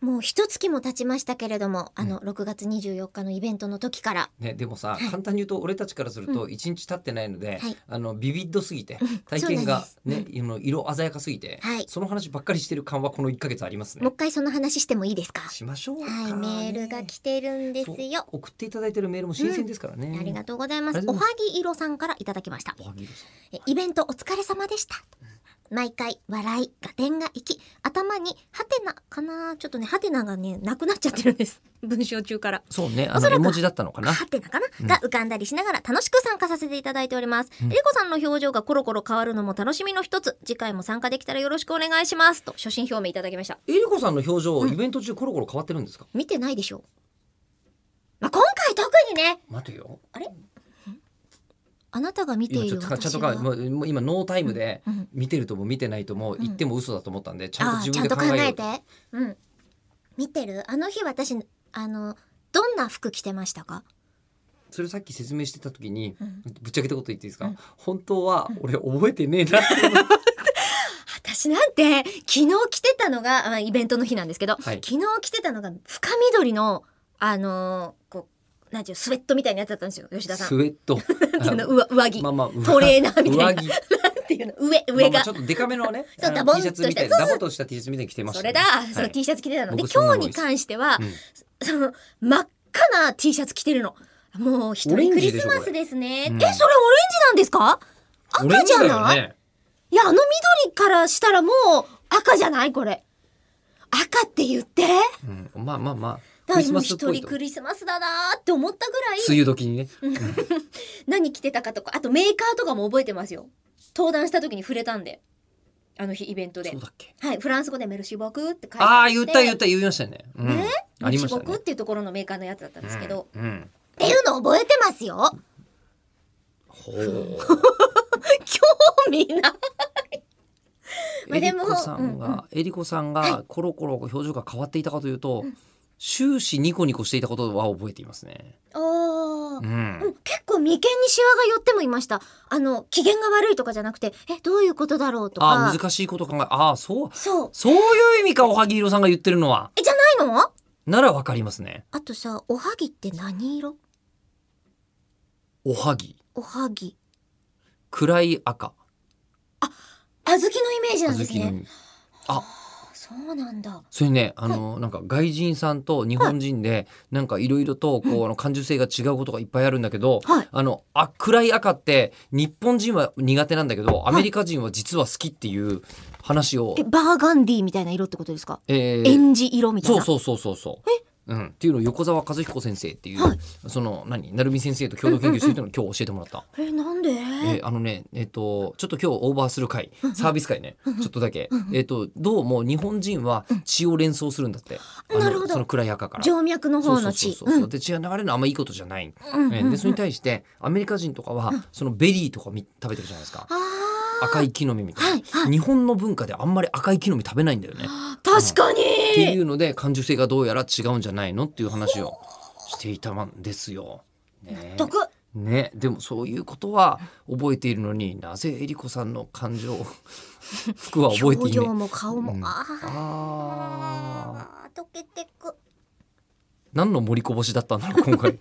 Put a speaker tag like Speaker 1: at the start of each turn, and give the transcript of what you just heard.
Speaker 1: もう一月も経ちましたけれども、あの6月24日のイベントの時から。
Speaker 2: ね、でもさ、簡単に言うと俺たちからすると1日経ってないので、
Speaker 1: はい
Speaker 2: あのビビッドすぎて
Speaker 1: うん
Speaker 2: 体験が
Speaker 1: そうなん
Speaker 2: ね、あの色鮮やかすぎて、
Speaker 1: はい
Speaker 2: その話ばっかりしてる感はこの1ヶ月あります
Speaker 1: も
Speaker 2: ね
Speaker 1: う。一回その話してもいいですか。
Speaker 2: しましょうか、
Speaker 1: はい、メールが来てるんですよ
Speaker 2: そう。送っていただいてるメールも新鮮ですからね。
Speaker 1: ありがとうございます
Speaker 2: あ。り
Speaker 1: お
Speaker 2: が
Speaker 1: は
Speaker 2: とうござ
Speaker 1: ぎいろさんからいただきました。
Speaker 2: おはぎろさん
Speaker 1: えイベントお疲れ様でした。毎回笑い、合点がいき、頭にハテナかなちょっとね、ハテナがね、なくなっちゃってるんです。 文章中から。
Speaker 2: そうね、
Speaker 1: お
Speaker 2: あ
Speaker 1: そ
Speaker 2: の
Speaker 1: ら
Speaker 2: 絵
Speaker 1: く
Speaker 2: 文字だったのかな。
Speaker 1: ハテナかな、
Speaker 2: うん
Speaker 1: が浮かんだりしながら楽しく参加させていただいております。えりこさんの表情がコロコロ変わるのも楽しみの一つ。次回も参加できたらよろしくお願いします。と、初心表明いただきました。
Speaker 2: えりこさんの表情、イベント中コロコロ変わってるんですか。
Speaker 1: 見てないでしょう。まあ、今回特にね、
Speaker 2: 待てよ。
Speaker 1: あなたが見て
Speaker 2: 今
Speaker 1: い
Speaker 2: ちょ
Speaker 1: る
Speaker 2: っとちゃん
Speaker 1: 私
Speaker 2: と
Speaker 1: は
Speaker 2: か、もうもう今ノータイムで
Speaker 1: うんうん
Speaker 2: 見てるとも見てないとも言っても嘘だと思ったんで、ちゃん
Speaker 1: あ
Speaker 2: と
Speaker 1: ー
Speaker 2: 自
Speaker 1: ちゃ
Speaker 2: 分
Speaker 1: ん
Speaker 2: で
Speaker 1: と考
Speaker 2: 考えよう
Speaker 1: えて。うん。見てるあの日私、あの、どんな服着てましたか
Speaker 2: それさっき説明してた時に、
Speaker 1: ん
Speaker 2: ぶっちゃけたこと言っていいですか、
Speaker 1: うん
Speaker 2: 本当は俺覚えてねえなって思って
Speaker 1: 私なんて、昨日着てたのが、あイベントの日なんですけど、
Speaker 2: はい
Speaker 1: 昨日着てたのが深緑の、あのーこう、なんていうの、スウェットみたいなやつだったんですよ、吉田さ
Speaker 2: ス
Speaker 1: ん。
Speaker 2: ウェット
Speaker 1: あの上上着、
Speaker 2: まあまあ上
Speaker 1: トレーナーみたいな。
Speaker 2: 上着
Speaker 1: なんていうの、上、上
Speaker 2: まあま
Speaker 1: が
Speaker 2: あち。ょっとデカめのね
Speaker 1: そう
Speaker 2: あの
Speaker 1: ダボン
Speaker 2: T シャツみたいな
Speaker 1: とした
Speaker 2: ダボっとした T シャツみたいに着てまし
Speaker 1: そ
Speaker 2: たね、
Speaker 1: れだ、その
Speaker 2: はい
Speaker 1: T シャツ着てたので、
Speaker 2: 僕そん
Speaker 1: 今
Speaker 2: な
Speaker 1: 日
Speaker 2: の
Speaker 1: に関しては、
Speaker 2: うん
Speaker 1: その、真っ赤な T シャツ着てるの。もう一
Speaker 2: オレ
Speaker 1: 人
Speaker 2: ン
Speaker 1: ク
Speaker 2: ジ
Speaker 1: リ
Speaker 2: でし
Speaker 1: ス
Speaker 2: ょ
Speaker 1: マスですね。
Speaker 2: これうん
Speaker 1: え、それオレンジなんですか
Speaker 2: オレ
Speaker 1: 赤
Speaker 2: ン
Speaker 1: じ
Speaker 2: ジ
Speaker 1: ゃ
Speaker 2: だよ
Speaker 1: ない、
Speaker 2: ね
Speaker 1: いや、あの緑からしたらもう赤じゃないこれ。赤って言って。
Speaker 2: うん、まあまあまあ
Speaker 1: だか
Speaker 2: ク
Speaker 1: ら
Speaker 2: リ
Speaker 1: も
Speaker 2: ス
Speaker 1: う
Speaker 2: マスっ
Speaker 1: 一
Speaker 2: ぽい
Speaker 1: 人
Speaker 2: と
Speaker 1: ク
Speaker 2: 梅
Speaker 1: リスマスだなーって思ったぐらい、
Speaker 2: 雨時にね
Speaker 1: 何着てたかとか、あとメーカーとかも覚えてますよ。登壇した時に触れたんで。あの日イベントで
Speaker 2: そう。だっけ
Speaker 1: はい、フランス語でメルシボクって書いて
Speaker 2: あ
Speaker 1: あ
Speaker 2: あ
Speaker 1: て
Speaker 2: 言った言った言いましたよね、うん、
Speaker 1: ね
Speaker 2: あ
Speaker 1: メ
Speaker 2: り
Speaker 1: ルシ
Speaker 2: ました
Speaker 1: ボ
Speaker 2: ね
Speaker 1: クっていうところのメーカーのやつだったんですけど。
Speaker 2: うんうん
Speaker 1: っていうの覚えてますよ
Speaker 2: ほう
Speaker 1: 興味ないまあ
Speaker 2: え
Speaker 1: で
Speaker 2: り
Speaker 1: も
Speaker 2: こさん
Speaker 1: うんうん
Speaker 2: が、えりこさんがコロコロ表情が変わっていたかというと、終始ニコニコしていたことは覚えていますね。
Speaker 1: おーう
Speaker 2: う
Speaker 1: ん
Speaker 2: ん。
Speaker 1: 結構眉間にシワが寄ってもいました。あの、機嫌が悪いとかじゃなくて、え、どういうことだろうとか。
Speaker 2: あー、難しいこと考え、ああ、そう、
Speaker 1: そう。
Speaker 2: そういう意味か、おはぎ色さんが言ってるのは。
Speaker 1: え、じゃないの
Speaker 2: ならわかりますね。
Speaker 1: あとさ、おはぎって何色
Speaker 2: おはぎ、
Speaker 1: おはぎ。
Speaker 2: 暗い
Speaker 1: 小
Speaker 2: 赤、
Speaker 1: 豆のイメージ
Speaker 2: 小
Speaker 1: なんです
Speaker 2: 豆の
Speaker 1: ね。
Speaker 2: 実。
Speaker 1: あそうなんだ。
Speaker 2: それね、あの、なんか外人さんと日本人で、なんかいろいろと、こう、あの、感受性が違うことがいっぱいあるんだけど、
Speaker 1: はい。
Speaker 2: あの、あ、暗い赤って、日本人は苦手なんだけど、アメリカ人は実は好きっていう話を
Speaker 1: え、、バーガンディーみたいな色ってことですか
Speaker 2: えー
Speaker 1: エンジ色みたい
Speaker 2: そう
Speaker 1: な。
Speaker 2: そうそうそうそう。うん、っていうのを横澤和彦先生っていう、
Speaker 1: はい
Speaker 2: その何成美先生と共同研究してるのを今日教えてもらった。
Speaker 1: え、なんで、
Speaker 2: えーあのねえっ、とちょっと今日オーバーする回サービス回ねちょっとだけ、えっとどうも日本人は血を連想するんだって、あの
Speaker 1: なるほど
Speaker 2: その暗い赤から。
Speaker 1: 静脈の
Speaker 2: そう
Speaker 1: 方
Speaker 2: そう
Speaker 1: の
Speaker 2: そう
Speaker 1: 血。
Speaker 2: そううんで血が流れるのはあんまいいことじゃない、
Speaker 1: うん
Speaker 2: え
Speaker 1: う
Speaker 2: ー
Speaker 1: ん
Speaker 2: でそれに対してアメリカ人とかは、そのベリーとかみ食べてるじゃないですか
Speaker 1: あー
Speaker 2: 赤い木の実みたいな、
Speaker 1: はいはい
Speaker 2: 日本の文化であんまり赤い木の実食べないんだよね。
Speaker 1: 確かに
Speaker 2: っていうので感受性がどうやら違うんじゃないのっていう話をしていたんですよ。ね
Speaker 1: 得
Speaker 2: ね、でもそういうことは覚えているのになぜえりこさんの感情 服は覚え
Speaker 1: 表
Speaker 2: てい
Speaker 1: 情
Speaker 2: ない。
Speaker 1: も顔も、
Speaker 2: うん
Speaker 1: あー
Speaker 2: あー
Speaker 1: あー溶けてく
Speaker 2: 何の盛りこぼしだったんだろう今回。